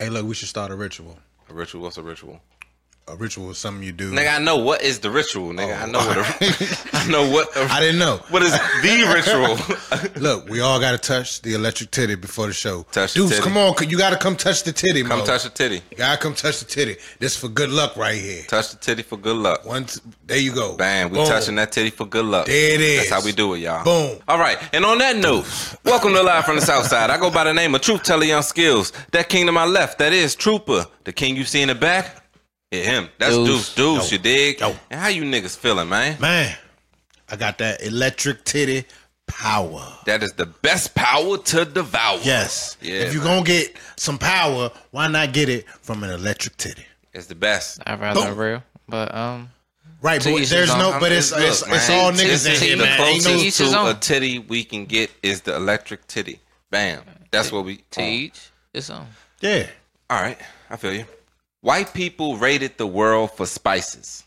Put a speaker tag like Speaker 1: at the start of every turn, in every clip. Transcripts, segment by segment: Speaker 1: Hey, look, we should start a ritual.
Speaker 2: A ritual? What's a ritual?
Speaker 1: A ritual is something you do.
Speaker 2: Nigga, I know what is the ritual. Nigga, I know what a, I know what a,
Speaker 1: Oh. I didn't know.
Speaker 2: what is the ritual.
Speaker 1: Look, we all got to touch the electric titty before the show.
Speaker 2: Touch the
Speaker 1: Deuce,
Speaker 2: titty.
Speaker 1: come on, c- you got to come touch the titty,
Speaker 2: Come
Speaker 1: Mo.
Speaker 2: touch the titty.
Speaker 1: You gotta come touch the titty. This for good luck right here.
Speaker 2: Touch the titty for good luck.
Speaker 1: One, t- there you go.
Speaker 2: Bam, we
Speaker 1: Boom.
Speaker 2: touching that titty for good luck.
Speaker 1: There it is.
Speaker 2: That's how we do it, y'all.
Speaker 1: Boom.
Speaker 2: All right, and on that note, welcome to Live from the South Side. I go by the name of Truth Teller Young Skills. That king to my left, that is Trooper. The king you see in the back, hit him. That's Deuce,
Speaker 3: Deuce.
Speaker 2: Deuce, you dig?
Speaker 1: Yo.
Speaker 2: And how you niggas feeling, man?
Speaker 1: Man, I got that electric titty power.
Speaker 2: That is the best power to devour.
Speaker 1: Yes.
Speaker 2: Yeah,
Speaker 1: if you're gonna get some power, why not get it from an electric titty?
Speaker 2: It's the best.
Speaker 3: I'd rather
Speaker 1: Boom.
Speaker 3: real, but um,
Speaker 1: Right,
Speaker 3: To
Speaker 1: but
Speaker 3: each
Speaker 1: there's
Speaker 3: his
Speaker 1: no,
Speaker 3: own.
Speaker 1: but it's
Speaker 2: Look,
Speaker 1: it's,
Speaker 2: man,
Speaker 1: it's all
Speaker 2: this
Speaker 1: niggas in
Speaker 2: is
Speaker 1: here,
Speaker 2: the
Speaker 1: man. Ain't
Speaker 3: To
Speaker 1: no,
Speaker 3: each his
Speaker 2: closest to a
Speaker 3: own.
Speaker 2: titty we can get is the electric titty. Bam. That's what we
Speaker 3: to
Speaker 2: on.
Speaker 3: each his own.
Speaker 1: yeah.
Speaker 2: All right, I feel you. White people raided the world for spices.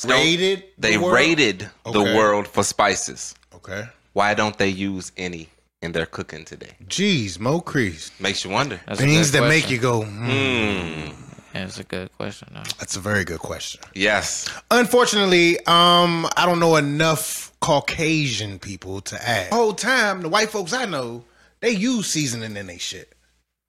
Speaker 2: Don't-
Speaker 1: Rated.
Speaker 2: They raided
Speaker 1: Okay.
Speaker 2: the world for spices.
Speaker 1: Okay.
Speaker 2: Why don't they use any in their cooking today?
Speaker 1: Jeez, Mo Crease.
Speaker 2: Makes you wonder.
Speaker 3: That's a
Speaker 1: Things
Speaker 3: good
Speaker 1: that make
Speaker 3: question.
Speaker 1: you go. Mm.
Speaker 2: Hmm.
Speaker 3: That's a good question. Though.
Speaker 1: That's a very good question.
Speaker 2: Yes.
Speaker 1: Unfortunately, um, I don't know enough Caucasian people to ask. The whole time, the white folks I know, they use seasoning in they shit.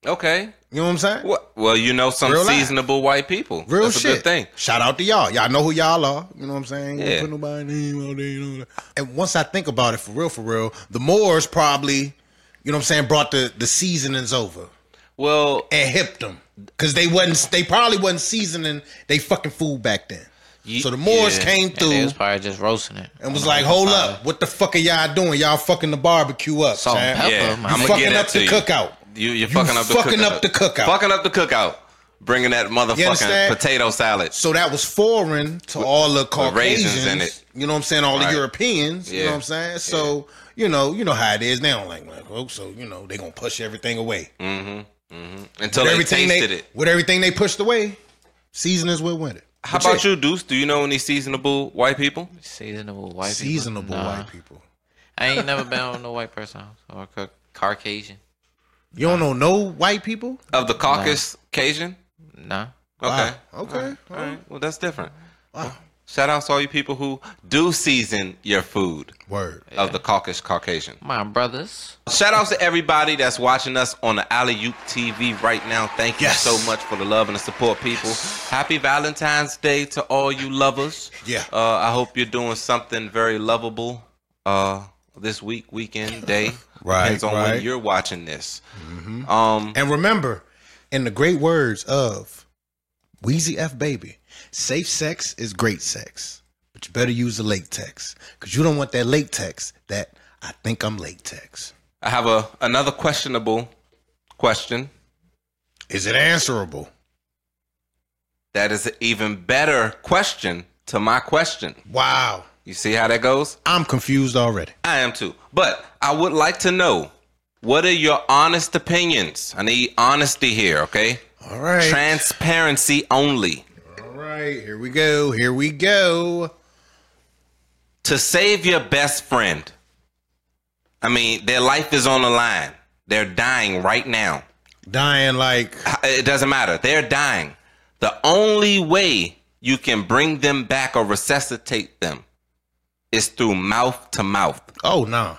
Speaker 2: Okay.
Speaker 1: You know what I'm saying?
Speaker 2: What? Well, you know some
Speaker 1: Real life.
Speaker 2: seasonable white people.
Speaker 1: Real
Speaker 2: That's
Speaker 1: shit.
Speaker 2: a good thing.
Speaker 1: Shout out to y'all. Y'all know who y'all are. You know what I'm saying? Don't
Speaker 2: Yeah.
Speaker 1: Put nobody name out there. You know that. And once I think about it, for real, for real, the Moors probably, you know what I'm saying, brought the the seasonings over
Speaker 2: Well,
Speaker 1: and hipped them because they wasn't. They probably wasn't seasoning they fucking food back then.
Speaker 2: Ye-
Speaker 1: so the Moors
Speaker 2: yeah.
Speaker 1: came
Speaker 3: And they
Speaker 1: through.
Speaker 3: was probably just roasting it.
Speaker 1: and was like, "Hold up, what the fuck are y'all doing? Y'all fucking the barbecue up,
Speaker 3: Salt and
Speaker 1: Chad.
Speaker 3: pepper.
Speaker 2: yeah,
Speaker 3: my
Speaker 2: I'm
Speaker 3: nigga.
Speaker 2: gonna get
Speaker 1: fucking
Speaker 2: that
Speaker 1: up
Speaker 2: to
Speaker 1: the
Speaker 2: you.
Speaker 1: cookout.
Speaker 2: You, you're fucking up the
Speaker 1: fucking
Speaker 2: cookout.
Speaker 1: up the cookout.
Speaker 2: Fucking up the cookout. Bringing that motherfucking
Speaker 1: understand?
Speaker 2: potato salad.
Speaker 1: So that was foreign to all the
Speaker 2: raisins
Speaker 1: Caucasians.
Speaker 2: in it.
Speaker 1: You know what I'm saying? All
Speaker 2: Right.
Speaker 1: the Europeans. You
Speaker 2: Yeah.
Speaker 1: know what I'm saying? So you know, you know how it is. They don't like black folks, so you know they gonna push everything away.
Speaker 2: Until
Speaker 1: With
Speaker 2: they
Speaker 1: everything
Speaker 2: tasted
Speaker 1: they,
Speaker 2: it.
Speaker 1: with everything they pushed away, seasonings will win it.
Speaker 2: How about you, Deuce? Do you know any seasonable white people?
Speaker 3: Seasonable white
Speaker 1: Seasonable
Speaker 3: people. Nah.
Speaker 1: white people.
Speaker 3: I ain't never been on no white person house or cook Caucasian.
Speaker 1: You don't know no white people?
Speaker 2: Of the caucus Cajun?
Speaker 3: Nah.
Speaker 2: Okay.
Speaker 1: Wow. Okay.
Speaker 2: All right. Well, that's different.
Speaker 1: Wow.
Speaker 2: Shout out to all you people who do season your food
Speaker 1: Word.
Speaker 2: of the caucus Caucasian.
Speaker 3: My brothers.
Speaker 2: Shout outs to everybody that's watching us on the Alley Oop TV right now. Thank you
Speaker 1: Yes.
Speaker 2: so much for the love and the support, people. Happy Valentine's Day to all you lovers.
Speaker 1: Yeah.
Speaker 2: Uh, I hope you're doing something very lovable uh, this week, weekend, day.
Speaker 1: Right,
Speaker 2: Depends on
Speaker 1: right. Mm-hmm.
Speaker 2: when you're watching this. Um,
Speaker 1: And remember, in the great words of Wheezy F Baby, safe sex is great sex, but you better use the latex because you don't want that latex that I think I'm latex.
Speaker 2: I have a another questionable question
Speaker 1: Is it answerable?
Speaker 2: that is an even better question to my question.
Speaker 1: Wow.
Speaker 2: You see how that goes?
Speaker 1: I'm confused already.
Speaker 2: I am too. But I would like to know what are your honest opinions? I need honesty here, okay?
Speaker 1: All right.
Speaker 2: Transparency only.
Speaker 1: All right. Here we go. Here we go.
Speaker 2: To save your best friend. I mean, their life is on the line. They're dying right now.
Speaker 1: Dying like,
Speaker 2: It doesn't matter. They're dying. The only way you can bring them back or resuscitate them is through mouth to mouth.
Speaker 1: oh, nah.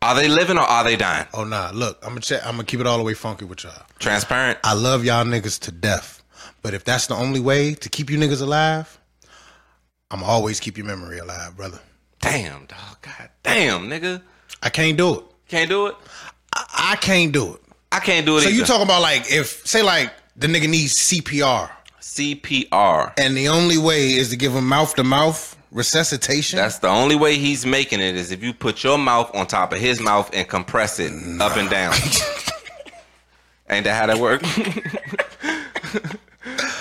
Speaker 2: Are they living or are they dying?
Speaker 1: Oh, nah. Look, I'm going to check. I'm going to keep it all the way funky with y'all.
Speaker 2: Transparent.
Speaker 1: I love y'all niggas to death. But if that's the only way to keep you niggas alive, I'm always keep your memory alive, brother.
Speaker 2: Damn, dog. God damn, nigga.
Speaker 1: I can't do it.
Speaker 2: Can't do it.
Speaker 1: I, I can't do it.
Speaker 2: I can't do it
Speaker 1: So
Speaker 2: either.
Speaker 1: you talking about like if say like the nigga needs CPR
Speaker 2: CPR.
Speaker 1: and the only way is to give him mouth to mouth resuscitation.
Speaker 2: That's the only way he's making it is if you put your mouth on top of his mouth and compress it up and down. Ain't that how that work?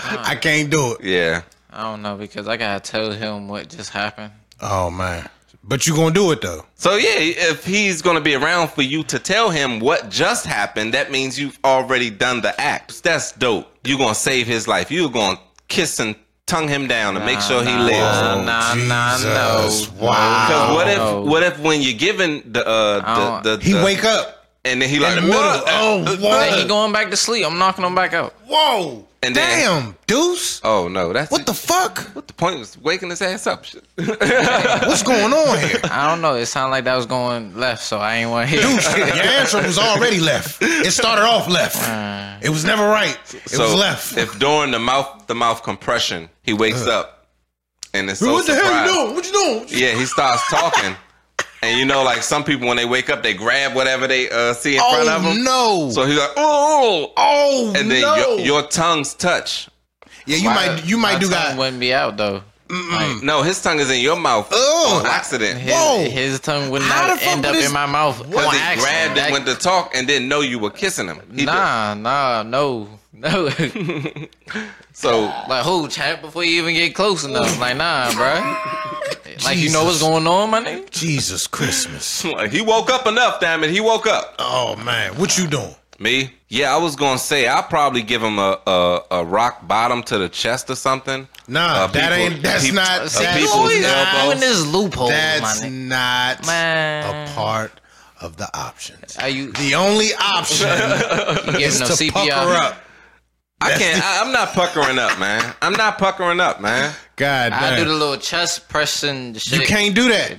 Speaker 1: I can't do it.
Speaker 2: yeah.
Speaker 3: I don't know because I gotta tell him what just happened.
Speaker 1: Oh man. But you gonna do it though.
Speaker 2: So yeah, if he's gonna be around for you to tell him what just happened, that means you've already done the act. That's dope. You're gonna save his life. You're gonna kiss and tongue him down and make sure he
Speaker 3: nah,
Speaker 2: lives.
Speaker 3: Nah, nah, nah, no.
Speaker 1: Oh, Jesus. Wow.
Speaker 2: Because what if
Speaker 3: Oh.
Speaker 2: what if when you're given the
Speaker 3: I
Speaker 2: uh
Speaker 3: don't-
Speaker 2: the, the,
Speaker 1: He
Speaker 2: the
Speaker 1: wake up.
Speaker 2: And then he like
Speaker 1: In the middle.
Speaker 2: "What?"
Speaker 1: Oh,
Speaker 3: Then he
Speaker 1: what?
Speaker 3: going back to sleep. I'm knocking him back out.
Speaker 1: Whoa.
Speaker 2: And then-
Speaker 1: Damn, Deuce.
Speaker 2: Oh no, that's
Speaker 1: What the fuck?
Speaker 2: what the point was waking his ass up. Shit.
Speaker 1: What's going on here?
Speaker 3: I don't know. It sounded like that was going left, so I ain't want to hear.
Speaker 1: Deuce, your answer was already left. It started off left.
Speaker 3: Uh,
Speaker 1: It was never right. It was left. Uh.
Speaker 2: If during the mouth the mouth compression, he wakes up and it's so
Speaker 1: what the hell
Speaker 2: surprised.
Speaker 1: you doing? What you doing? What you-
Speaker 2: Yeah, he starts talking. And you know, like some people when they wake up, they grab whatever they uh, see in front of
Speaker 1: Oh
Speaker 2: them.
Speaker 1: no!
Speaker 2: So he's like, oh,
Speaker 1: oh
Speaker 2: and then
Speaker 1: no!
Speaker 2: your, your tongues touch.
Speaker 1: yeah, you might you might do
Speaker 3: that.
Speaker 1: that.
Speaker 3: Wouldn't be out though. Like,
Speaker 2: No, his tongue is in your mouth
Speaker 1: Ugh.
Speaker 2: on accident.
Speaker 3: his,
Speaker 1: Whoa.
Speaker 3: his tongue would
Speaker 1: How
Speaker 3: not
Speaker 1: the fuck
Speaker 3: end
Speaker 1: would
Speaker 3: up
Speaker 1: his-
Speaker 3: in my mouth.
Speaker 1: What?
Speaker 2: Because
Speaker 3: on
Speaker 2: he
Speaker 3: accident.
Speaker 2: grabbed
Speaker 3: That-
Speaker 2: and went to talk and didn't know you were kissing him. He did.
Speaker 3: Nah, nah, no, no. like
Speaker 2: So
Speaker 3: who chat before you even get close enough? Like nah, bruh. Like you know what's
Speaker 1: Jesus.
Speaker 3: going on, my nigga.
Speaker 1: Jesus Christmas!
Speaker 2: like, he woke up enough, damn it. He woke up.
Speaker 1: Oh man, what you doing?
Speaker 2: Me? Yeah, I was gonna say I'll probably give him a, a, a rock bottom to the chest or something.
Speaker 1: Nah,
Speaker 2: Uh,
Speaker 1: that
Speaker 2: people-
Speaker 1: ain't. That's
Speaker 2: peop-
Speaker 1: not.
Speaker 2: uh,
Speaker 1: That's
Speaker 3: See, you
Speaker 2: people's
Speaker 3: always
Speaker 1: not.
Speaker 3: in
Speaker 2: elbows.
Speaker 3: this loophole,
Speaker 1: That's
Speaker 3: my nigga.
Speaker 1: not
Speaker 3: Man.
Speaker 1: a part of the options.
Speaker 3: Are you,
Speaker 1: The only option
Speaker 3: you
Speaker 1: is
Speaker 3: getting no
Speaker 1: to pucker
Speaker 3: CPR?
Speaker 1: up.
Speaker 2: I can't. I, I'm not puckering up, man. I'm not puckering up, man.
Speaker 1: God
Speaker 3: I do
Speaker 1: damn.
Speaker 3: the little chest pressing shit. Uh,
Speaker 1: you can't do that.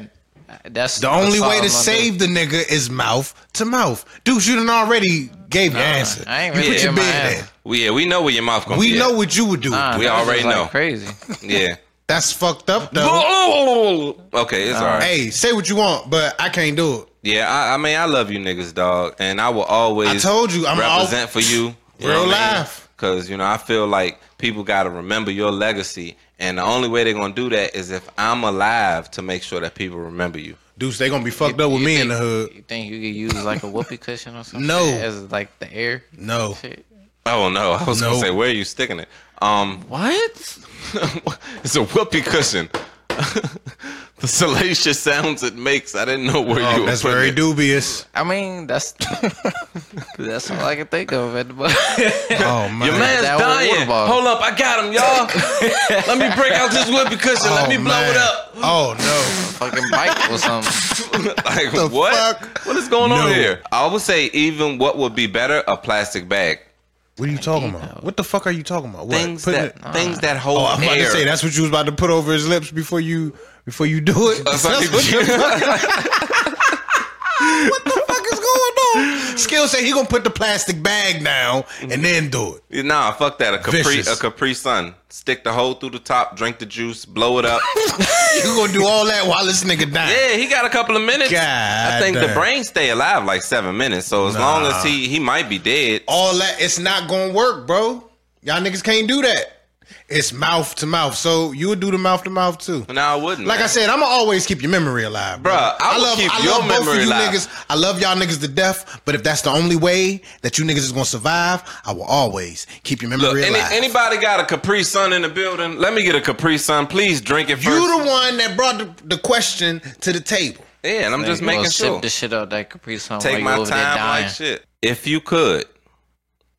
Speaker 3: That's
Speaker 1: The only way to
Speaker 3: that's all I'm gonna do.
Speaker 1: save the nigga is mouth to mouth. Deuce, you done already gave your
Speaker 3: Nah,
Speaker 1: answer.
Speaker 3: I ain't
Speaker 1: you
Speaker 3: really
Speaker 1: put your
Speaker 3: in my
Speaker 1: bid
Speaker 3: answer.
Speaker 1: in.
Speaker 2: Well, yeah, we know where your mouth gonna
Speaker 1: We
Speaker 2: be.
Speaker 1: know
Speaker 2: At.
Speaker 1: what you would do.
Speaker 3: Nah,
Speaker 2: We
Speaker 3: that was
Speaker 2: already
Speaker 3: like
Speaker 2: know.
Speaker 3: Crazy.
Speaker 2: Yeah.
Speaker 1: That's fucked up though.
Speaker 2: Oh, okay, it's all right.
Speaker 1: Hey, say what you want, but I can't do it.
Speaker 2: Yeah, I, I mean, I love you niggas, dog, and I will always.
Speaker 1: I told you, I'm all-
Speaker 2: represent for you. you
Speaker 1: Real
Speaker 2: know what I
Speaker 1: life.
Speaker 2: Cause you know, I feel like people gotta remember your legacy, and the only way they're gonna do that is if I'm alive to make sure that people remember you.
Speaker 1: Deuce, they gonna be fucked up with
Speaker 3: You
Speaker 1: me
Speaker 3: think-
Speaker 1: in the hood.
Speaker 3: You think you could use like a whoopee cushion or something?
Speaker 1: No.
Speaker 3: As like the air
Speaker 1: No.
Speaker 3: shit.
Speaker 2: Oh no, I was
Speaker 1: No.
Speaker 2: gonna say, where are you sticking it? Um,
Speaker 3: What?
Speaker 2: it's a whoopee cushion. the salacious sounds it makes. I didn't know where you.
Speaker 1: Oh,
Speaker 2: were
Speaker 1: that's
Speaker 2: putting
Speaker 1: very
Speaker 2: it.
Speaker 1: dubious.
Speaker 3: I mean, that's that's all I can think of at the moment.
Speaker 1: Oh man.
Speaker 2: Your man's
Speaker 3: That was a water
Speaker 2: dying.
Speaker 3: bottle.
Speaker 2: Hold up, I got him, y'all. Let me break out this whoopee cushion.
Speaker 1: Oh,
Speaker 2: Let me blow
Speaker 1: man.
Speaker 2: it up.
Speaker 1: Oh no.
Speaker 3: Fucking bike or something.
Speaker 2: like
Speaker 1: The
Speaker 2: what?
Speaker 1: fuck?
Speaker 2: What is going
Speaker 1: No.
Speaker 2: on here? I would say even what would be better a plastic bag.
Speaker 1: What are you talking about? What the fuck are you talking about? What?
Speaker 2: Things
Speaker 1: Putting
Speaker 2: that
Speaker 1: it-
Speaker 2: things that hold
Speaker 1: Oh, I'm about
Speaker 2: air.
Speaker 1: to say that's what you was about to put over his lips before you before you do it.
Speaker 2: That's what
Speaker 1: what
Speaker 2: you-
Speaker 1: the fuck- what the fuck is going on? Skill said he gonna put the plastic bag down and then do it.
Speaker 2: Nah, fuck that. A Capri,
Speaker 1: Vicious.
Speaker 2: a Capri Sun. Stick the hole through the top. Drink the juice. Blow it up.
Speaker 1: You gonna do all that while this nigga dying?
Speaker 2: yeah, he got a couple of minutes.
Speaker 1: God
Speaker 2: I think the
Speaker 1: damn.
Speaker 2: brain stay alive like seven minutes. So as long as he he might be dead.
Speaker 1: All that it's not gonna work, bro. Y'all niggas can't do that. It's mouth to mouth, so you would do the mouth to mouth too.
Speaker 2: No, I wouldn't.
Speaker 1: Like I
Speaker 2: man.
Speaker 1: said, I'ma always keep your memory alive, bro.
Speaker 2: Bruh, I would keep your memory alive.
Speaker 1: niggas. I love y'all niggas to death, but if that's the only way that you niggas is gonna survive, I will always keep your memory
Speaker 2: Look, any,
Speaker 1: alive.
Speaker 2: anybody got a Capri Sun in the building? Let me get a Capri Sun. Please drink it first.
Speaker 1: you the one that brought the, the question to the table.
Speaker 2: yeah, and I'm just
Speaker 3: You gonna
Speaker 2: making sure.
Speaker 3: Sip the shit out that Capri Sun. while
Speaker 2: take
Speaker 3: you
Speaker 2: my
Speaker 3: over there
Speaker 2: time
Speaker 3: dying.
Speaker 2: like shit. If you could,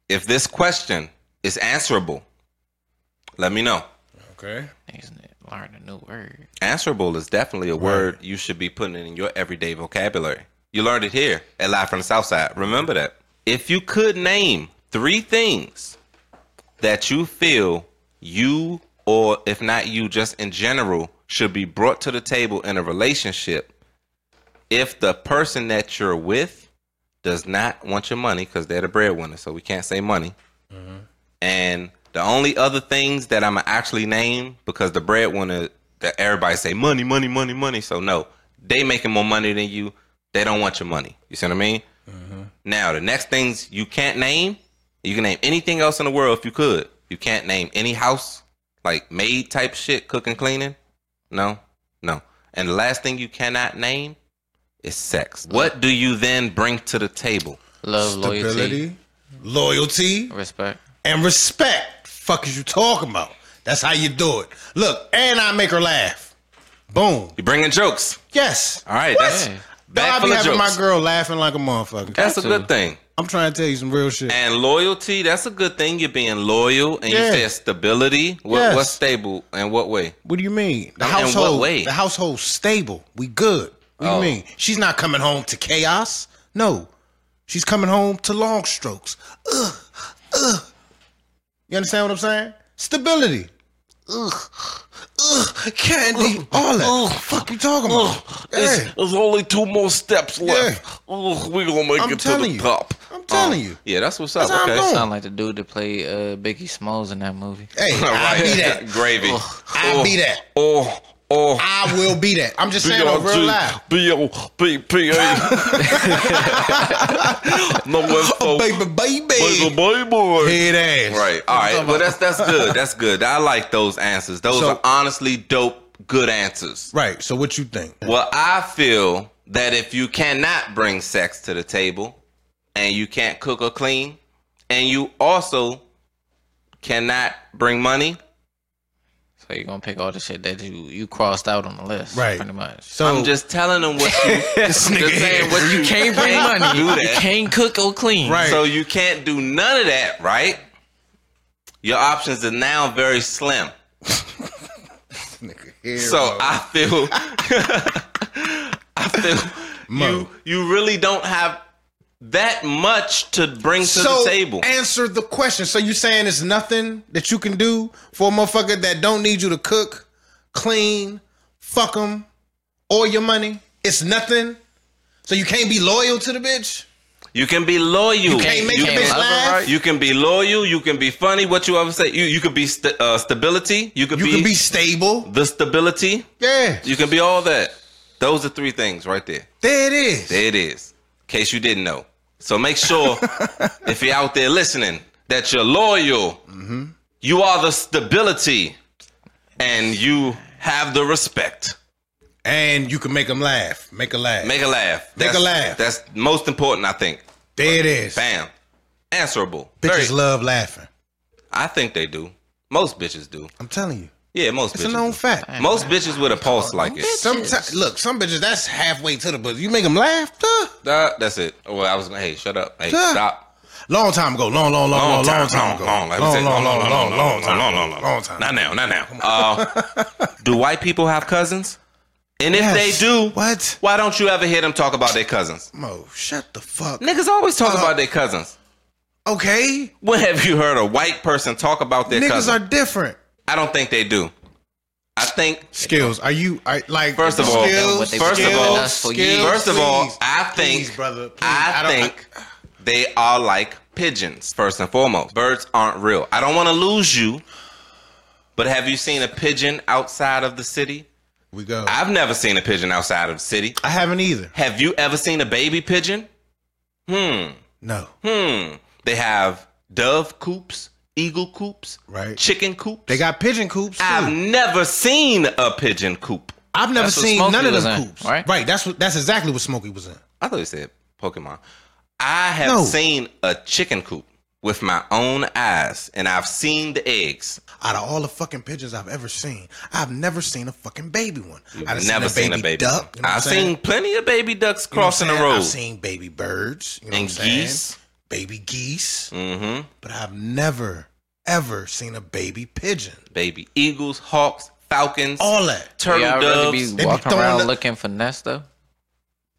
Speaker 2: if this question is answerable, let me know.
Speaker 1: Okay.
Speaker 3: Niggas need to Learn a new word.
Speaker 2: Answerable is definitely a word you should be putting in your everyday vocabulary. You learned it here at Live from the South Side. Remember that. If you could name three things that you feel you or if not you, just in general, should be brought to the table in a relationship if the person that you're with does not want your money because they're the breadwinner, so we can't say money. And the only other things that I'm gonna actually name because the breadwinner that everybody say money, money, money, money. So no, they making more money than you. They don't want your money. You see what I mean? Now the next things you can't name. You can name anything else in the world if you could. You can't name any house like maid type shit, cooking, cleaning. No, no. And the last thing you cannot name is sex. What do you then bring to the table?
Speaker 3: Love, loyalty,
Speaker 1: Stability, loyalty,
Speaker 3: respect.
Speaker 1: and respect. Fuck is you talking about? That's how you do it. Look, and I make her laugh. Boom.
Speaker 2: You bringing jokes.
Speaker 1: Yes.
Speaker 2: All right, that's
Speaker 3: Yeah.
Speaker 1: Dog, I be
Speaker 2: bag full of
Speaker 1: having
Speaker 2: jokes.
Speaker 1: my girl laughing like a motherfucker.
Speaker 2: That's a good thing.
Speaker 1: I'm trying to tell you some real shit.
Speaker 2: And loyalty, that's a good thing. You're being loyal and
Speaker 1: Yeah.
Speaker 2: you said stability. What,
Speaker 1: Yes.
Speaker 2: What's stable and what way?
Speaker 1: What do you mean? The
Speaker 2: In what
Speaker 1: household.
Speaker 2: way?
Speaker 1: The household stable. We good. What
Speaker 2: Oh.
Speaker 1: do you mean? She's not coming home to chaos. No. She's coming home to long strokes. Ugh, ugh. You understand what I'm saying? Stability. Ugh, ugh, candy, all that. Fuck you talking about? Yeah.
Speaker 2: There's only two more steps
Speaker 1: left.
Speaker 2: we're gonna make
Speaker 1: I'm it to the telling you. top. I'm telling you.
Speaker 2: Oh, Yeah, that's what's
Speaker 1: That's
Speaker 2: up.
Speaker 1: how I'm
Speaker 2: okay.
Speaker 1: going.
Speaker 3: Sound like the dude that played uh, Biggie Smalls in that movie.
Speaker 1: Hey,
Speaker 2: All
Speaker 1: I
Speaker 2: right.
Speaker 1: be that.
Speaker 2: Gravy.
Speaker 1: I be that.
Speaker 2: Oh, oh.
Speaker 1: I will be that. I'm just saying, on real life.
Speaker 2: No info.
Speaker 1: Oh, Baby, baby. Head ass.
Speaker 2: Right. All right. Well, that's that's good. That's good. I like those answers. Those
Speaker 1: So-
Speaker 2: are honestly dope, good answers.
Speaker 1: Right. So what you think?
Speaker 2: Well, I feel that if you cannot bring sex to the table and you can't cook or clean and you also cannot bring money,
Speaker 3: So you're gonna pick all the shit that you you crossed out on the list,
Speaker 1: Right.
Speaker 3: Pretty much.
Speaker 1: So
Speaker 2: I'm just telling them what you
Speaker 1: this
Speaker 2: just saying what you
Speaker 3: You can't bring money.
Speaker 2: do
Speaker 3: You
Speaker 2: that.
Speaker 3: can't cook or clean.
Speaker 1: Right.
Speaker 2: So you can't do none of that, right? Your options are now very slim. So I feel, I feel
Speaker 1: Mo.
Speaker 2: you, you really don't have that much to bring to
Speaker 1: So,
Speaker 2: the table.
Speaker 1: answer the question. So you saying it's nothing that you can do for a motherfucker that don't need you to cook, clean, fuck them, or your money? It's nothing. So you can't be loyal to the bitch.
Speaker 2: You can be loyal. You
Speaker 1: Can't make
Speaker 3: You
Speaker 1: a
Speaker 3: can't
Speaker 1: bitch
Speaker 3: love her,
Speaker 1: laugh.
Speaker 3: right?
Speaker 2: You can be loyal. You can be funny. What you ever say? You you could be st- uh, stability. You could
Speaker 1: You
Speaker 2: be,
Speaker 1: can be stable.
Speaker 2: the stability.
Speaker 1: Yeah,
Speaker 2: You can be all that. Those are three things right there.
Speaker 1: there it is.
Speaker 2: There it is. In case you didn't know. So make sure if you're out there listening that you're loyal.
Speaker 1: Mm-hmm.
Speaker 2: You are the stability, and you have the respect.
Speaker 1: And you can make them laugh. Make a laugh.
Speaker 2: Make a laugh.
Speaker 1: Make a
Speaker 2: That's-
Speaker 1: laugh.
Speaker 2: That's most important, I think.
Speaker 1: there it is.
Speaker 2: Bam. Answerable. Very-
Speaker 1: Bitches love laughing.
Speaker 2: I think they do. Most bitches do.
Speaker 1: I'm telling you,
Speaker 2: Yeah, most
Speaker 1: it's
Speaker 2: bitches.
Speaker 1: a known
Speaker 2: do.
Speaker 1: fact.
Speaker 2: Most bitches with a pulse like it.
Speaker 1: Sometimes, look, some bitches that's halfway to the but you make them laugh. Duh.
Speaker 2: Uh, that's it. Well, I was. Hey, shut up. Hey,
Speaker 1: Yeah.
Speaker 2: stop.
Speaker 1: Long time ago, long, long, long, long, long time, ago,
Speaker 2: Long,
Speaker 1: long,
Speaker 2: like
Speaker 1: long,
Speaker 2: we said,
Speaker 1: long, long, long, long, long, time,
Speaker 2: long, long,
Speaker 1: ago, long time.
Speaker 2: Not now. Not now. Uh, do white people have cousins? And if
Speaker 1: Yes.
Speaker 2: they do,
Speaker 1: what?
Speaker 2: why don't you ever hear them talk about their cousins?
Speaker 1: Mo, shut the fuck.
Speaker 2: Niggas always talk about their cousins.
Speaker 1: Okay,
Speaker 2: When have you heard a white person talk about their
Speaker 1: niggas
Speaker 2: cousins?
Speaker 1: are different.
Speaker 2: I don't think they do. I think
Speaker 1: Skills? Are you? Are, like
Speaker 2: First of all-
Speaker 1: skills,
Speaker 3: What they
Speaker 2: first of
Speaker 1: skills,
Speaker 2: all-
Speaker 3: us for years.
Speaker 1: skills,
Speaker 2: First of all,
Speaker 1: please.
Speaker 2: I think
Speaker 1: Please, brother, please.
Speaker 2: I,
Speaker 1: don't-
Speaker 2: think they are like pigeons. First and foremost, birds aren't real. I don't want to lose you, but have you seen a pigeon outside of the city?
Speaker 1: we go. I,
Speaker 2: I've never seen a pigeon outside of the city.
Speaker 1: haven't either.
Speaker 2: Have you ever seen a baby pigeon? Hmm.
Speaker 1: No,
Speaker 2: Hmm. They have dove coops, eagle coops,
Speaker 1: Right.
Speaker 2: Chicken coops.
Speaker 1: they got pigeon coops. Too.
Speaker 2: I've
Speaker 1: I've,
Speaker 2: never seen a pigeon coop.
Speaker 1: never
Speaker 3: That's what
Speaker 1: seen
Speaker 3: Smokey
Speaker 1: none of
Speaker 3: was
Speaker 1: them
Speaker 3: in,
Speaker 1: coops.
Speaker 3: right?
Speaker 1: right. That's what. That's exactly what Smokey was in.
Speaker 2: I thought you said Pokemon. I have
Speaker 1: No.
Speaker 2: seen a chicken coop with my own eyes, and I've seen the eggs.
Speaker 1: Out of all the fucking pigeons I've ever seen, I've never seen a fucking baby one. I've
Speaker 2: Never seen a baby
Speaker 1: duck. you know what
Speaker 2: I've
Speaker 1: I'm saying?
Speaker 2: seen plenty of baby ducks
Speaker 1: You know what I'm
Speaker 2: crossing the
Speaker 1: saying?
Speaker 2: road.
Speaker 1: I've seen baby birds you know
Speaker 2: And
Speaker 1: what I'm saying?
Speaker 2: geese.
Speaker 1: baby geese,
Speaker 2: hmm
Speaker 1: but I've never ever seen a baby pigeon.
Speaker 2: Baby eagles, hawks, falcons,
Speaker 1: All that.
Speaker 2: turtle
Speaker 3: Y'all
Speaker 2: doves.
Speaker 3: really
Speaker 1: They
Speaker 3: be
Speaker 1: be
Speaker 3: walking
Speaker 1: throwing
Speaker 3: around
Speaker 1: the-
Speaker 3: looking for nests though.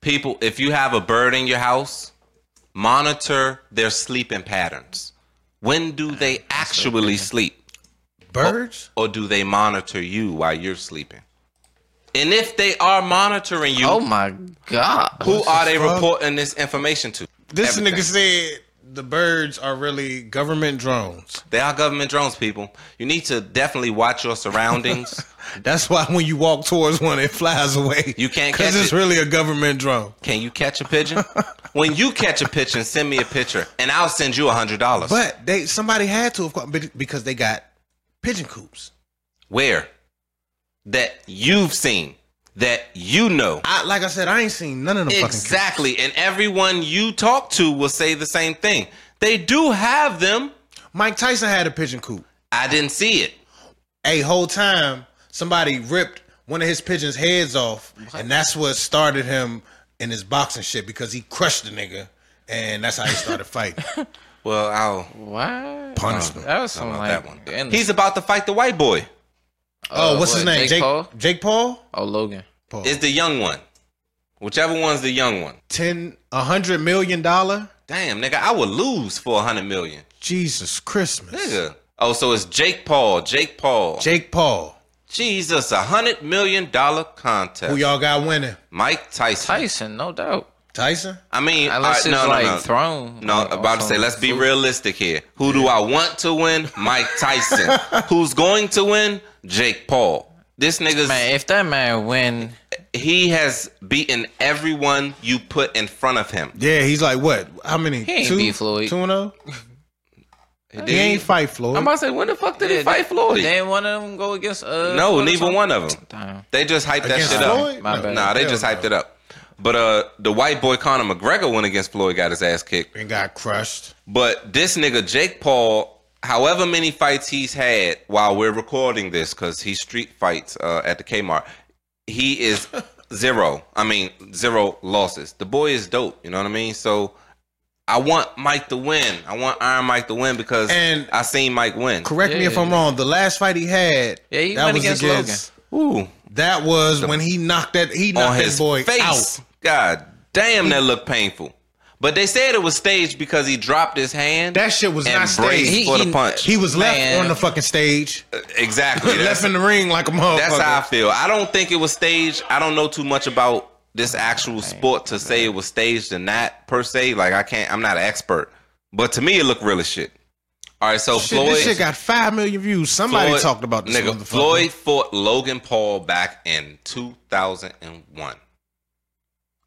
Speaker 2: People, if you have a bird in your house, monitor their sleeping patterns. When do they actually sleep?
Speaker 1: Birds?
Speaker 2: Or do they monitor you while you're sleeping? And if they are monitoring you,
Speaker 3: Oh my god.
Speaker 2: Who are they
Speaker 1: fuck?
Speaker 2: reporting this information to?
Speaker 1: This
Speaker 2: Oh, Everything.
Speaker 1: nigga said the birds are really government drones.
Speaker 2: They are government drones, people. You need to definitely watch your surroundings.
Speaker 1: That's why when you walk towards one, it flies away.
Speaker 2: You can't
Speaker 1: because
Speaker 2: catch
Speaker 1: it's
Speaker 2: it.
Speaker 1: really a government drone.
Speaker 2: Can you catch a pigeon? when you catch a pigeon, send me a picture, and I'll send you a hundred dollars.
Speaker 1: But they somebody had to of course, be- because they got pigeon coops.
Speaker 2: Where? That you've seen, that you know.
Speaker 1: I like I said, I ain't seen none of them. Fucking coops.
Speaker 2: Exactly. And everyone you talk to will say the same thing. They do have them.
Speaker 1: Mike Tyson had a pigeon coop.
Speaker 2: I didn't see it.
Speaker 1: a whole time somebody ripped one of his pigeons' heads off, and that's what started him in his boxing shit because he crushed the nigga, and that's how he started fighting.
Speaker 2: Well, I'll
Speaker 3: What?
Speaker 1: Punishment.
Speaker 3: That was some
Speaker 2: about
Speaker 3: like
Speaker 2: that one.
Speaker 3: and-
Speaker 2: He's about to fight the white boy.
Speaker 1: oh,
Speaker 3: uh,
Speaker 1: what's
Speaker 3: what,
Speaker 1: his name?
Speaker 3: Jake Paul?
Speaker 1: Jake Paul.
Speaker 3: Oh, Logan.
Speaker 1: Paul.
Speaker 2: It's the young one. Whichever one's the young one.
Speaker 1: ten a hundred million dollar
Speaker 2: damn, nigga, I would lose for a hundred million,
Speaker 1: Jesus Christmas.
Speaker 2: nigga. Oh, so it's Jake Paul, Jake Paul,
Speaker 1: Jake Paul,
Speaker 2: Jesus, a hundred million dollar contest.
Speaker 1: who y'all got winning?
Speaker 2: Mike Tyson.
Speaker 3: Tyson, no doubt.
Speaker 1: Tyson?
Speaker 2: I mean,
Speaker 3: Unless
Speaker 2: I-
Speaker 3: it's
Speaker 2: no, no,
Speaker 3: like
Speaker 2: no.
Speaker 3: thrown.
Speaker 2: No,
Speaker 3: like, or
Speaker 2: about to say,
Speaker 3: some
Speaker 2: let's be
Speaker 3: fluke.
Speaker 2: realistic here. Who do I want to win? Mike Tyson. Who's going to win? Jake Paul. This nigga's
Speaker 3: Man, if that man win,
Speaker 2: he has beaten everyone you put in front of him.
Speaker 1: Yeah, he's like what? How many?
Speaker 3: He ain't
Speaker 1: two,
Speaker 3: beat Floyd.
Speaker 1: Two and oh?
Speaker 2: Did
Speaker 1: He ain't fight Floyd.
Speaker 2: I'm about to say, when the fuck did
Speaker 3: yeah,
Speaker 2: he fight Floyd?
Speaker 3: Then one of them go against. Uh,
Speaker 2: no,
Speaker 3: Floyd or
Speaker 2: neither
Speaker 3: something?
Speaker 2: one of them.
Speaker 3: Damn.
Speaker 2: They just hyped that
Speaker 1: Against
Speaker 2: shit
Speaker 1: Floyd?
Speaker 2: up.
Speaker 3: My bad.
Speaker 2: Nah, they
Speaker 1: Hell
Speaker 2: just
Speaker 1: no.
Speaker 2: hyped it up. But uh, the white boy Conor McGregor went against Floyd, got his ass kicked.
Speaker 1: And got crushed.
Speaker 2: But this nigga Jake Paul, however many fights he's had while we're recording this, because he street fights uh, at the Kmart, he is zero. I mean zero losses. The boy is dope. You know what I mean? So I want Mike to win. I want Iron Mike to win because
Speaker 1: And-
Speaker 2: I seen Mike win.
Speaker 1: Correct me if I'm
Speaker 3: Yeah.
Speaker 1: wrong. The last fight he had,
Speaker 3: Yeah, he
Speaker 1: that
Speaker 3: went
Speaker 1: was
Speaker 3: against
Speaker 1: against,
Speaker 2: Ooh,
Speaker 1: that was when he knocked that he
Speaker 2: on
Speaker 1: knocked
Speaker 2: his
Speaker 1: that boy
Speaker 2: face.
Speaker 1: out. Mm.
Speaker 2: God damn, that looked painful. But they said it was staged because he dropped his hand.
Speaker 1: That shit was
Speaker 2: and
Speaker 1: not
Speaker 2: braced
Speaker 1: staged. He,
Speaker 3: He-
Speaker 2: for
Speaker 3: he-
Speaker 2: the punch.
Speaker 1: was left
Speaker 3: Man.
Speaker 1: on the fucking stage,
Speaker 2: exactly. Uh, That's-
Speaker 1: left in the ring like a motherfucker.
Speaker 2: That's how I feel. I don't think it was staged. I don't know too much about this
Speaker 1: Oh,
Speaker 2: actual sport to say it was staged or not per se. Like I can't. I'm not an expert, but to me it looked real as shit. All right, so
Speaker 1: Shit,
Speaker 2: Floyd.
Speaker 1: this shit got five million views. Somebody
Speaker 2: Floyd-
Speaker 1: talked about this
Speaker 2: Nigga,
Speaker 1: motherfucker.
Speaker 2: Floyd fought Logan Paul back in 2001.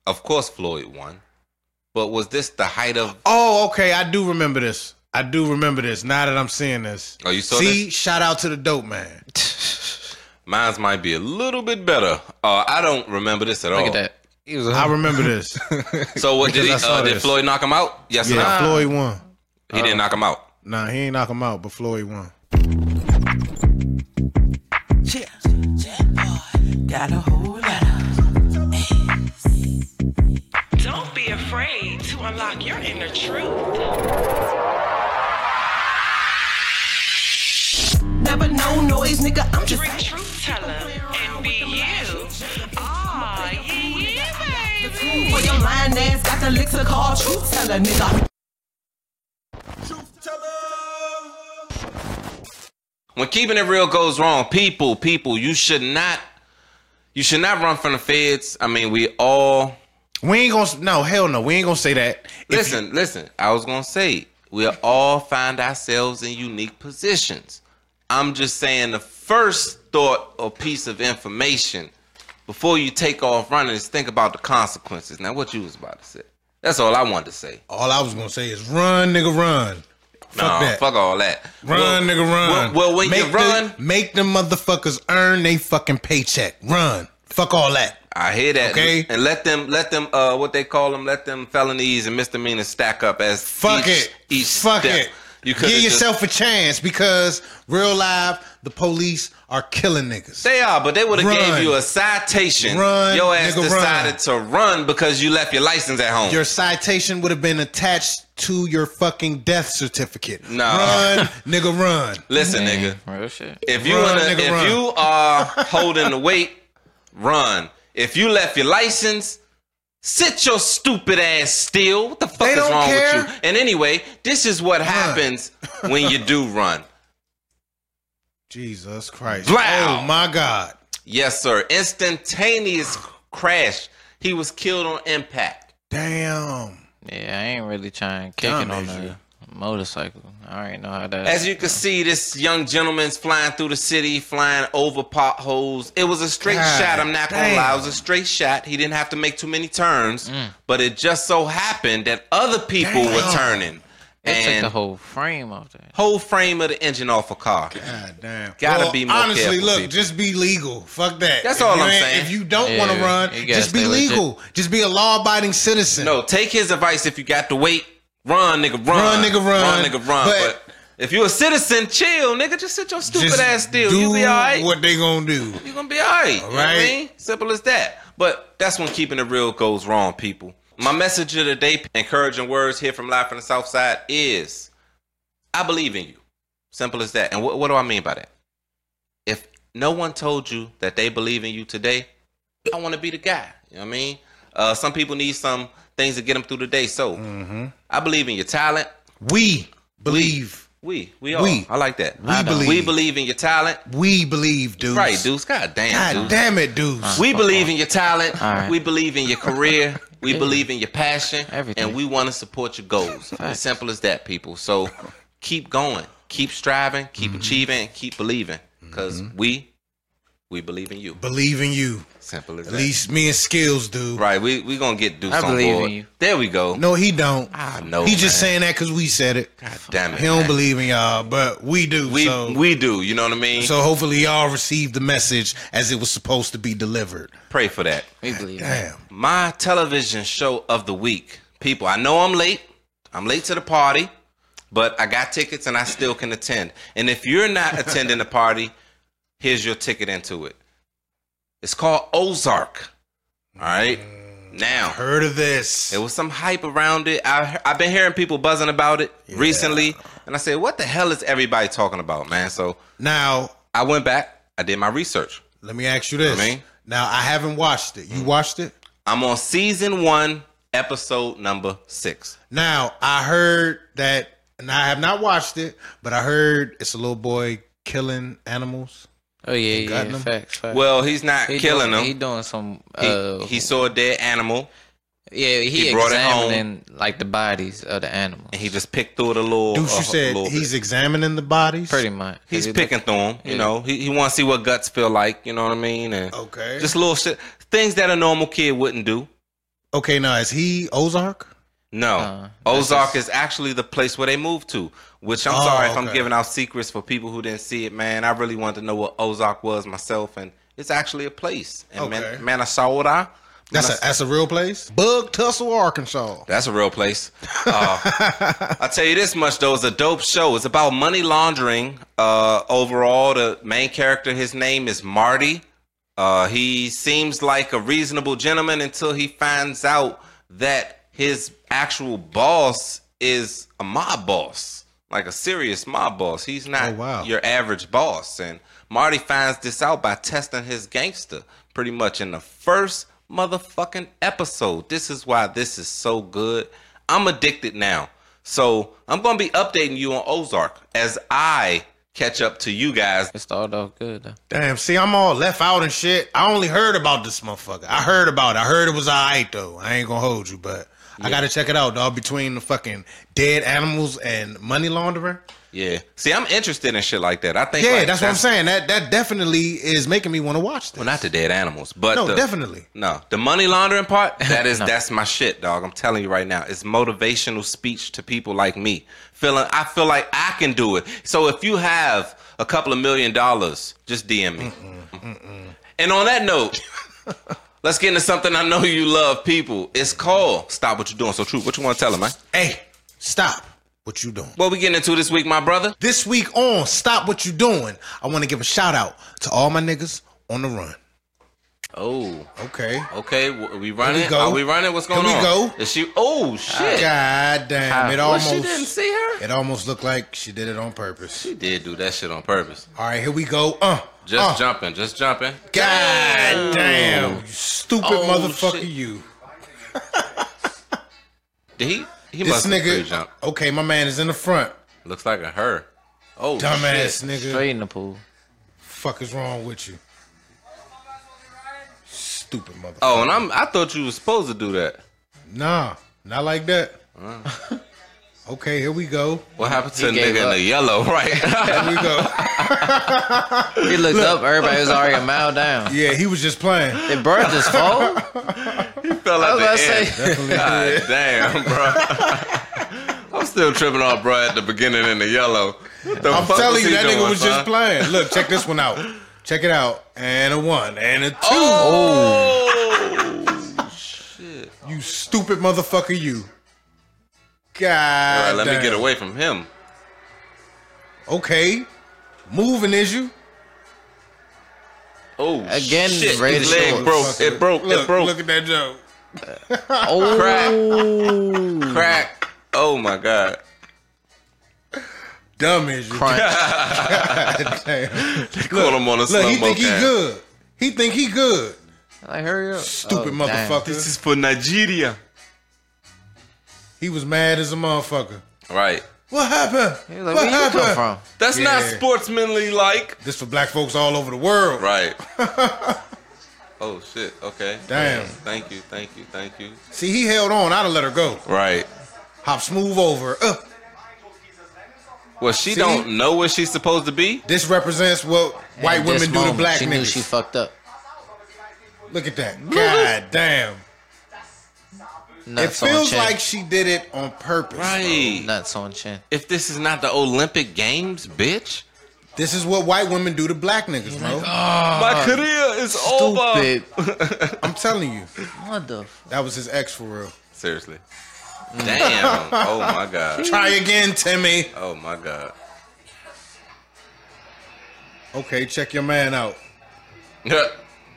Speaker 2: Of course, Floyd won, but was this the height of?
Speaker 1: Oh, okay. I do remember this. I do remember this. Now that I'm seeing this.
Speaker 2: Oh, you saw
Speaker 1: See, shout out to the dope man.
Speaker 2: Mine's might be a little bit better. Uh, I don't remember this at all.
Speaker 3: Look at that. He was.
Speaker 1: I remember this.
Speaker 2: So what did he?
Speaker 1: Because I saw
Speaker 2: Uh, did
Speaker 1: this.
Speaker 2: Floyd knock him out? Yes or no?
Speaker 1: Yeah, Floyd uh, won.
Speaker 2: He didn't knock him out.
Speaker 1: Nah, he ain't knock him out, but Floyd won.
Speaker 4: Got a whole lot of
Speaker 5: Don't be afraid to unlock your inner truth.
Speaker 4: never no noise, nigga. I'm just
Speaker 5: Bring truth teller and be you. Ah, yeah, yeah, baby.
Speaker 4: for your lying ass. Got the lick to call truth teller, nigga.
Speaker 2: when keeping it real goes wrong, people, people, you should not, you should not run from the feds. I mean, we all
Speaker 1: We ain't gonna no hell no. We ain't gonna say that. If
Speaker 2: listen, listen. I was gonna say we all find ourselves in unique positions. I'm just saying the first thought or piece of information before you take off running is think about the consequences. Now, what you was about to say? That's all I wanted to say.
Speaker 1: all I was gonna say is run, nigga, run. Fuck
Speaker 2: Nah,
Speaker 1: that.
Speaker 2: fuck all that.
Speaker 1: Run,
Speaker 2: Well-
Speaker 1: nigga, run.
Speaker 2: Well, well when you
Speaker 1: the-
Speaker 2: run,
Speaker 1: make them motherfuckers earn they fucking paycheck. Run. Fuck all that.
Speaker 2: I hear that.
Speaker 1: Okay.
Speaker 2: And let them, let them, uh, what they call them, let them felonies and misdemeanors stack up as
Speaker 1: Fuck
Speaker 2: each,
Speaker 1: it.
Speaker 2: Each
Speaker 1: Fuck
Speaker 2: step.
Speaker 1: it.
Speaker 2: You could
Speaker 1: Give yourself a chance because real live, the police are killing niggas.
Speaker 2: They are, but they would have
Speaker 1: Run.
Speaker 2: gave you a citation.
Speaker 1: Run,
Speaker 2: Your ass
Speaker 1: nigga,
Speaker 2: decided to run because you left your license at home.
Speaker 1: Your citation would have been attached to your fucking death certificate.
Speaker 2: Nah.
Speaker 1: Run, nigga, run.
Speaker 2: Listen, nigga.
Speaker 3: Real shit.
Speaker 2: If you
Speaker 1: Run,
Speaker 2: wanna,
Speaker 1: nigga,
Speaker 2: if
Speaker 1: run.
Speaker 2: you are holding the weight, run. If you left your license, sit your stupid ass still. What the fuck
Speaker 1: They
Speaker 2: is
Speaker 1: don't
Speaker 2: wrong
Speaker 1: care.
Speaker 2: with you? And anyway, this is what happens when you do run.
Speaker 1: Jesus Christ.
Speaker 2: Blow.
Speaker 1: Oh my God.
Speaker 2: Yes, sir. Instantaneous crash. He was killed on impact.
Speaker 1: Damn.
Speaker 3: Yeah, I ain't really trying kicking on
Speaker 1: Dumbass,
Speaker 3: the motorcycle. I already know how that.
Speaker 2: As you can see, this young gentleman's flying through the city, flying over potholes. It was a straight
Speaker 1: God
Speaker 2: shot. I'm not gonna
Speaker 1: damn.
Speaker 2: lie, it was a straight shot. He didn't have to make too many turns, but it just so happened that other people were
Speaker 1: Damn.
Speaker 2: turning,
Speaker 3: it took
Speaker 2: and
Speaker 3: the
Speaker 2: whole-,
Speaker 3: whole frame off that.
Speaker 2: frame of the engine off a car.
Speaker 1: God damn.
Speaker 2: Gotta be more
Speaker 1: Honestly,
Speaker 2: careful,
Speaker 1: look,
Speaker 2: people.
Speaker 1: just be legal. Fuck that.
Speaker 2: That's
Speaker 1: If
Speaker 2: all
Speaker 1: you
Speaker 2: I'm
Speaker 1: ain't-
Speaker 2: saying.
Speaker 1: If you don't want to
Speaker 3: Yeah,
Speaker 1: run,
Speaker 3: you gotta
Speaker 1: just be
Speaker 3: stay legit.
Speaker 1: legal. Just be a law abiding citizen.
Speaker 2: No, take his advice if you got to wait. Run, nigga, run.
Speaker 1: Run, nigga, run.
Speaker 2: Run, nigga, run. But,
Speaker 1: But-
Speaker 2: if you're a citizen, chill, nigga. Just sit your stupid
Speaker 1: Just
Speaker 2: ass still.
Speaker 1: Do
Speaker 2: You be all right.
Speaker 1: what they gonna do.
Speaker 2: you're gonna be all right. You know what I
Speaker 1: right.
Speaker 2: mean? Simple as that. But that's when keeping it real goes wrong, people. My message of the day, encouraging words here from Live from the South Side is I believe in you. Simple as that. And what, what do I mean by that? If no one told you that they believe in you today, I want to be the guy. You know what I mean? Uh, Uh, some people need some things to get them through the day. So
Speaker 1: Mm-hmm.
Speaker 2: I believe in your talent.
Speaker 1: We believe.
Speaker 2: We, we all.
Speaker 1: We.
Speaker 2: I like that.
Speaker 1: We believe.
Speaker 2: We believe in your talent.
Speaker 1: We believe, dudes.
Speaker 2: Right, Uh-huh. dudes. God damn.
Speaker 1: God
Speaker 2: dudes.
Speaker 1: damn it, dudes.
Speaker 2: We believe in your talent.
Speaker 3: All right.
Speaker 2: We believe in your career. We believe in your passion.
Speaker 3: Everything.
Speaker 2: And we want to support your goals. As simple as that, people. So keep going. Keep striving. Keep achieving. Keep believing. Because we we believe in you.
Speaker 1: believe in you.
Speaker 2: Simple as
Speaker 1: At
Speaker 2: that.
Speaker 1: least me and Skills do.
Speaker 2: Right. We we gonna get Deuce
Speaker 3: I
Speaker 2: on
Speaker 3: believe in
Speaker 2: board.
Speaker 3: you.
Speaker 2: There we go.
Speaker 1: No, he don't.
Speaker 2: I know,
Speaker 1: He just
Speaker 2: man.
Speaker 1: saying that because we said it.
Speaker 2: Damn it.
Speaker 1: He don't
Speaker 2: man.
Speaker 1: believe in y'all, but we do.
Speaker 2: We
Speaker 1: so,
Speaker 2: we do. You know what I mean.
Speaker 1: so hopefully y'all received the message as it was supposed to be delivered.
Speaker 2: Pray for that.
Speaker 3: We believe that.
Speaker 1: Damn.
Speaker 2: My television show of the week, people. I know I'm late. I'm late to the party, but I got tickets and I still can attend. And if you're not attending the party, here's your ticket into it. It's called Ozark. All right. Now,
Speaker 1: Heard of this.
Speaker 2: It was some hype around it. I, I've been hearing people buzzing about it recently, and I said, "What the hell is everybody talking about, man?" So
Speaker 1: Now,
Speaker 2: I went back. I did my research.
Speaker 1: let me ask you this.
Speaker 2: I mean-
Speaker 1: now, I haven't watched it. You watched it?
Speaker 2: I'm on season one, episode number six.
Speaker 1: Now, I heard that, and I have not watched it, but I heard it's a little boy killing animals.
Speaker 3: Oh yeah,
Speaker 1: got
Speaker 3: yeah.
Speaker 1: them?
Speaker 3: Facts, facts.
Speaker 2: Well, he's not
Speaker 3: he
Speaker 2: killing
Speaker 3: doing, He
Speaker 2: them.
Speaker 3: doing some.
Speaker 2: He,
Speaker 3: Uh,
Speaker 2: he saw a dead animal
Speaker 3: yeah, he,
Speaker 2: he brought it home.
Speaker 3: examining like the bodies of the animals.
Speaker 2: and he just picked through it a little.
Speaker 1: Dude,
Speaker 2: a-
Speaker 1: you
Speaker 2: a
Speaker 1: said
Speaker 2: little
Speaker 1: he's
Speaker 2: bit.
Speaker 1: examining the bodies?
Speaker 3: pretty much. 'Cause
Speaker 2: he's
Speaker 3: he look-
Speaker 2: picking through them. You
Speaker 3: yeah.
Speaker 2: know, he, he wants to see what guts feel like. You know what I mean? And
Speaker 1: Okay.
Speaker 2: just little shit, things that a normal kid wouldn't do.
Speaker 1: Okay, now, is he Ozark?
Speaker 2: No.
Speaker 3: Uh,
Speaker 2: Ozark is actually the place where they moved to, which I'm
Speaker 1: Oh,
Speaker 2: sorry if I'm
Speaker 1: okay.
Speaker 2: giving out secrets for people who didn't see it, man. I really wanted to know what Ozark was myself, and it's actually a place in
Speaker 1: Okay.
Speaker 2: Man- Manasota.
Speaker 1: That's
Speaker 2: Manas-
Speaker 1: a, that's a real place? Bug Tussle, Arkansas.
Speaker 2: that's a real place. Uh, I tell you this much though, it's a dope show. It's about money laundering. Uh, overall, the main character, his name is Marty. Uh, he seems like a reasonable gentleman until he finds out that his actual boss is a mob boss, like a serious mob boss. He's
Speaker 1: Oh,
Speaker 2: not
Speaker 1: wow.
Speaker 2: your average boss. And Marty finds this out by testing his gangster pretty much in the first motherfucking episode. This is why this is so good. I'm addicted now. So I'm going to be updating you on Ozark as I catch up to you guys.
Speaker 3: It started off good though.
Speaker 1: Damn, see, I'm all left out and shit. I only heard about this motherfucker. I heard about it. I heard it was all right, though. I ain't gonna hold you, but I gotta check it out, dog. Between the fucking dead animals and money laundering.
Speaker 2: Yeah. See, I'm interested in shit like that. I think.
Speaker 1: Yeah,
Speaker 2: like,
Speaker 1: that's, what I'm saying. That that definitely is making me wanna watch this.
Speaker 2: Well, not the dead animals, but
Speaker 1: no,
Speaker 2: the-
Speaker 1: definitely.
Speaker 2: No, the money laundering part, that is
Speaker 3: No.
Speaker 2: that's my shit, dog. I'm telling you right now. It's motivational speech to people like me. Feeling I feel like I can do it. So if you have a couple of million dollars, just DM me. And on that note, let's get into something I know you love, people. It's called Stop What You're Doing. So true. What you want to tell them, man?
Speaker 1: Hey, stop what you doing.
Speaker 2: What we getting into this week, my brother?
Speaker 1: This week on Stop What You Doing, I wanna give a shout out to all my niggas on the run.
Speaker 2: Oh,
Speaker 1: Okay.
Speaker 2: okay. w- we running?
Speaker 1: go.
Speaker 2: Are we running? What's
Speaker 1: Here
Speaker 2: going
Speaker 1: we
Speaker 2: on?
Speaker 1: go.
Speaker 2: Is she? Oh shit!
Speaker 1: God damn, it
Speaker 2: Well, she didn't
Speaker 1: almost
Speaker 2: see her.
Speaker 1: it almost looked like she did it on purpose.
Speaker 2: She did do that shit on purpose.
Speaker 1: All right, here we go. Uh,
Speaker 2: Just
Speaker 1: uh.
Speaker 2: jumping, just jumping.
Speaker 1: God damn, you stupid
Speaker 2: Oh,
Speaker 1: motherfucker,
Speaker 2: shit.
Speaker 1: you.
Speaker 2: Did he? He
Speaker 1: This
Speaker 2: must have free
Speaker 1: nigga,
Speaker 2: jump.
Speaker 1: okay, my man is in the front.
Speaker 2: Looks like a her. Oh,
Speaker 1: Dumbass
Speaker 2: shit.
Speaker 1: nigga,
Speaker 3: Straight in the pool.
Speaker 1: fuck is wrong with you? Stupid motherfucker.
Speaker 2: Oh, and I'm. I thought you was supposed to do that.
Speaker 1: Nah, not like that. okay, here we go.
Speaker 2: What happened to the
Speaker 3: He gave
Speaker 2: nigga in
Speaker 3: up.
Speaker 2: the yellow? Right.
Speaker 1: Here we go.
Speaker 3: He looked up. Everybody was already a mile down.
Speaker 1: yeah, he was just playing.
Speaker 3: Did bro just fall?
Speaker 2: Fell
Speaker 3: I
Speaker 2: out
Speaker 3: was
Speaker 2: the
Speaker 3: about to
Speaker 2: end.
Speaker 3: say.
Speaker 1: Definitely
Speaker 2: God damn, bro. I'm still tripping off, bro. At the beginning in the yellow. What the
Speaker 1: I'm
Speaker 2: fuck
Speaker 1: telling you,
Speaker 2: he
Speaker 1: that
Speaker 2: doing,
Speaker 1: nigga was
Speaker 2: son?
Speaker 1: just playing. Look, check this one out. Check it out. And a one, and a two.
Speaker 2: Oh. shit.
Speaker 1: You stupid motherfucker, you. God.
Speaker 2: All right, let
Speaker 1: damn.
Speaker 2: me get away from him.
Speaker 1: Okay. Moving is you?
Speaker 2: Oh,
Speaker 3: Again,
Speaker 2: shit.
Speaker 3: Ray
Speaker 2: His
Speaker 3: the
Speaker 2: leg
Speaker 3: Shore.
Speaker 2: broke. It broke.
Speaker 1: Look,
Speaker 2: it broke.
Speaker 1: look at that joke.
Speaker 3: Oh,
Speaker 2: Crack. Crack. Oh my god.
Speaker 1: Dumb is you.
Speaker 3: crunch.
Speaker 1: God damn.
Speaker 2: They caught him on a
Speaker 1: Look,
Speaker 2: slow
Speaker 1: he
Speaker 2: mo
Speaker 1: think he good. He think he good.
Speaker 3: Like, hurry up.
Speaker 1: Stupid
Speaker 3: Oh, damn.
Speaker 1: motherfucker.
Speaker 2: This is for Nigeria.
Speaker 1: He was mad as a motherfucker.
Speaker 2: Right.
Speaker 1: What happened?
Speaker 3: He was like,
Speaker 1: what
Speaker 3: where you
Speaker 1: happened?
Speaker 3: come from?
Speaker 2: That's not
Speaker 1: Yeah.
Speaker 2: sportsmanly like.
Speaker 1: This for black folks all over the world.
Speaker 2: Right. oh shit. Okay.
Speaker 1: Damn.
Speaker 2: Thank you. Thank you. Thank you.
Speaker 1: See, he held on. I'd have let her go.
Speaker 2: Right.
Speaker 1: Hop smooth over. Uh,
Speaker 2: Well, she
Speaker 1: See?
Speaker 2: don't know where she's supposed to be.
Speaker 1: this represents what white
Speaker 3: At this
Speaker 1: women do to
Speaker 3: moment,
Speaker 1: black
Speaker 3: she
Speaker 1: niggas.
Speaker 3: knew she fucked up.
Speaker 1: Look at that. God damn. It
Speaker 3: Nuts on
Speaker 1: feels
Speaker 3: chin.
Speaker 1: like she did it on purpose.
Speaker 2: Right.
Speaker 3: nuts on chin.
Speaker 2: If this is not the Olympic Games, bitch,
Speaker 1: This is what white women do to black niggas, bro.
Speaker 3: uh,
Speaker 1: Ah,
Speaker 2: my
Speaker 1: Uh-huh.
Speaker 2: career is over.
Speaker 3: Stupid
Speaker 1: I'm telling you.
Speaker 3: mother.
Speaker 1: That was his ex for real.
Speaker 2: Seriously.
Speaker 1: Mm.
Speaker 2: Damn. Oh my god.
Speaker 1: Try again, Timmy.
Speaker 2: Oh my god.
Speaker 1: Okay, check your man out.
Speaker 2: Phil.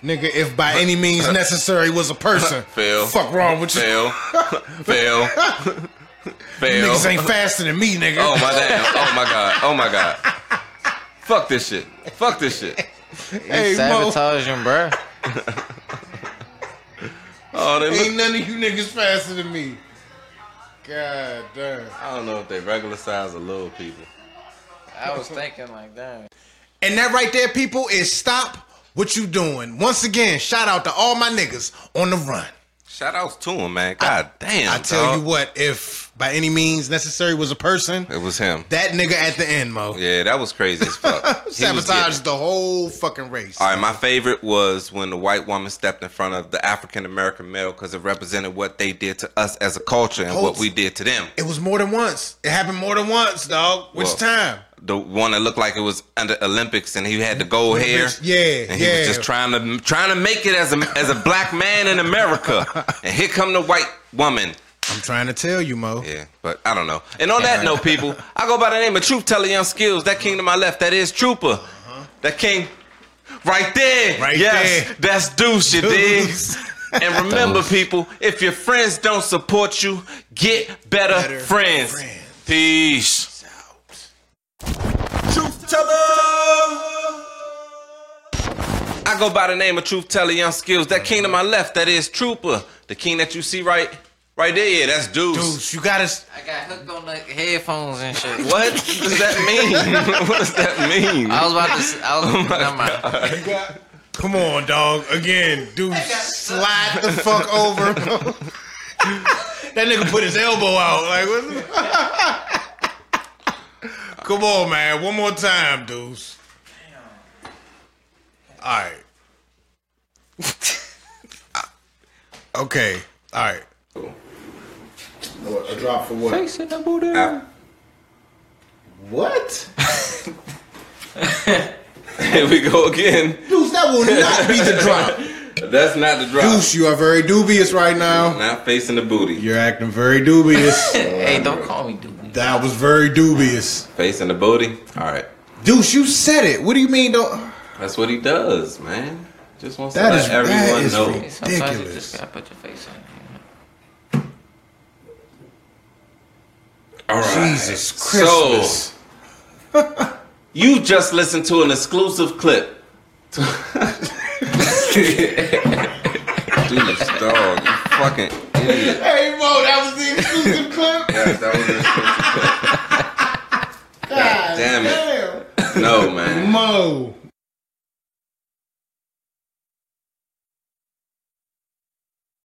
Speaker 1: Nigga, if by any means necessary was a person.
Speaker 2: Fail.
Speaker 1: Fuck wrong with you.
Speaker 2: Fail. Fail.
Speaker 1: Niggas ain't faster than me, nigga.
Speaker 2: Oh my damn. Oh my god. Oh my god. Fuck this shit. Fuck this shit.
Speaker 1: hey, Mo,
Speaker 3: Sabotaging, bro.
Speaker 2: Oh, they look
Speaker 1: ain't none of you niggas faster than me. God damn.
Speaker 2: I don't know if they regular size or little people.
Speaker 3: I was thinking like, damn.
Speaker 1: And that right there, people, is stop what you doing. Once again, shout out to all my niggas on the run.
Speaker 2: Shout outs to him, man. God damn.
Speaker 1: I tell
Speaker 2: dog.
Speaker 1: you what, if by any means necessary was a person,
Speaker 2: It was him.
Speaker 1: that nigga at the end, Mo,
Speaker 2: Yeah, that was crazy as fuck. He was getting-
Speaker 1: sabotaged the whole fucking race.
Speaker 2: All right, my favorite was when the white woman stepped in front of the African American male because it represented what they did to us as a culture and what we did to them.
Speaker 1: It was more than once. It happened more than once, dog. Which
Speaker 2: Well,
Speaker 1: time?
Speaker 2: The one that looked like it was under Olympics and he had the gold hair.
Speaker 1: Yeah,
Speaker 2: and he
Speaker 1: yeah.
Speaker 2: was just trying to trying to make it as a as a black man in America. and here come the white woman.
Speaker 1: I'm trying to tell you, Mo.
Speaker 2: Yeah, but I don't know. And on that note, people, I go by the name of Truth Teller Young Skills. That king to my left, that is Trooper. That king right there.
Speaker 1: Uh-huh. Right
Speaker 2: yes,
Speaker 1: there.
Speaker 2: That's Deuce, you dig?
Speaker 1: Deuce.
Speaker 2: And remember, people, if your friends don't support you, get better,
Speaker 1: Better
Speaker 2: friends.
Speaker 1: friends.
Speaker 2: Peace. Truth Teller. I go by the name of Truth Teller Young Skills. That king to my left, that is Trooper. The king that you see right, right there, yeah, that's
Speaker 1: Deuce, you gotta. s-
Speaker 3: I got hooked on the headphones and shit.
Speaker 2: What does that mean? what does that mean?
Speaker 3: I was about to. s- I was. never mind.
Speaker 1: Come on, dog. Again, Deuce, slide the fuck over. Mo. that nigga put his elbow out. Like, what? Come on, man. One more time, Deuce. All right. okay. All right. A drop for what? What?
Speaker 2: Here we go again.
Speaker 1: Deuce, that will not be the drop.
Speaker 2: That's not the drop.
Speaker 1: Deuce, you are very dubious right now.
Speaker 2: Not facing the booty.
Speaker 1: You're acting very dubious.
Speaker 3: hey, don't call me dude.
Speaker 1: that was very dubious.
Speaker 2: Facing the booty. All right.
Speaker 1: Deuce, you said it. What do you mean? Don't.
Speaker 2: That's what he does, man. Just wants
Speaker 1: That
Speaker 2: to
Speaker 1: is-
Speaker 2: let everyone
Speaker 1: that is
Speaker 2: know.
Speaker 1: ridiculous.
Speaker 3: Sometimes you
Speaker 1: Ridiculous.
Speaker 3: just gotta put your face on. it, you know?
Speaker 2: All right.
Speaker 1: Jesus
Speaker 2: So-
Speaker 1: Christmas.
Speaker 2: You just listened to an exclusive clip. Deuce, dog. You fucking idiot.
Speaker 1: hey Mo, that was the exclusive clip.
Speaker 2: Yeah, that was an exclusive clip. God damn it. No, man.
Speaker 1: Mo,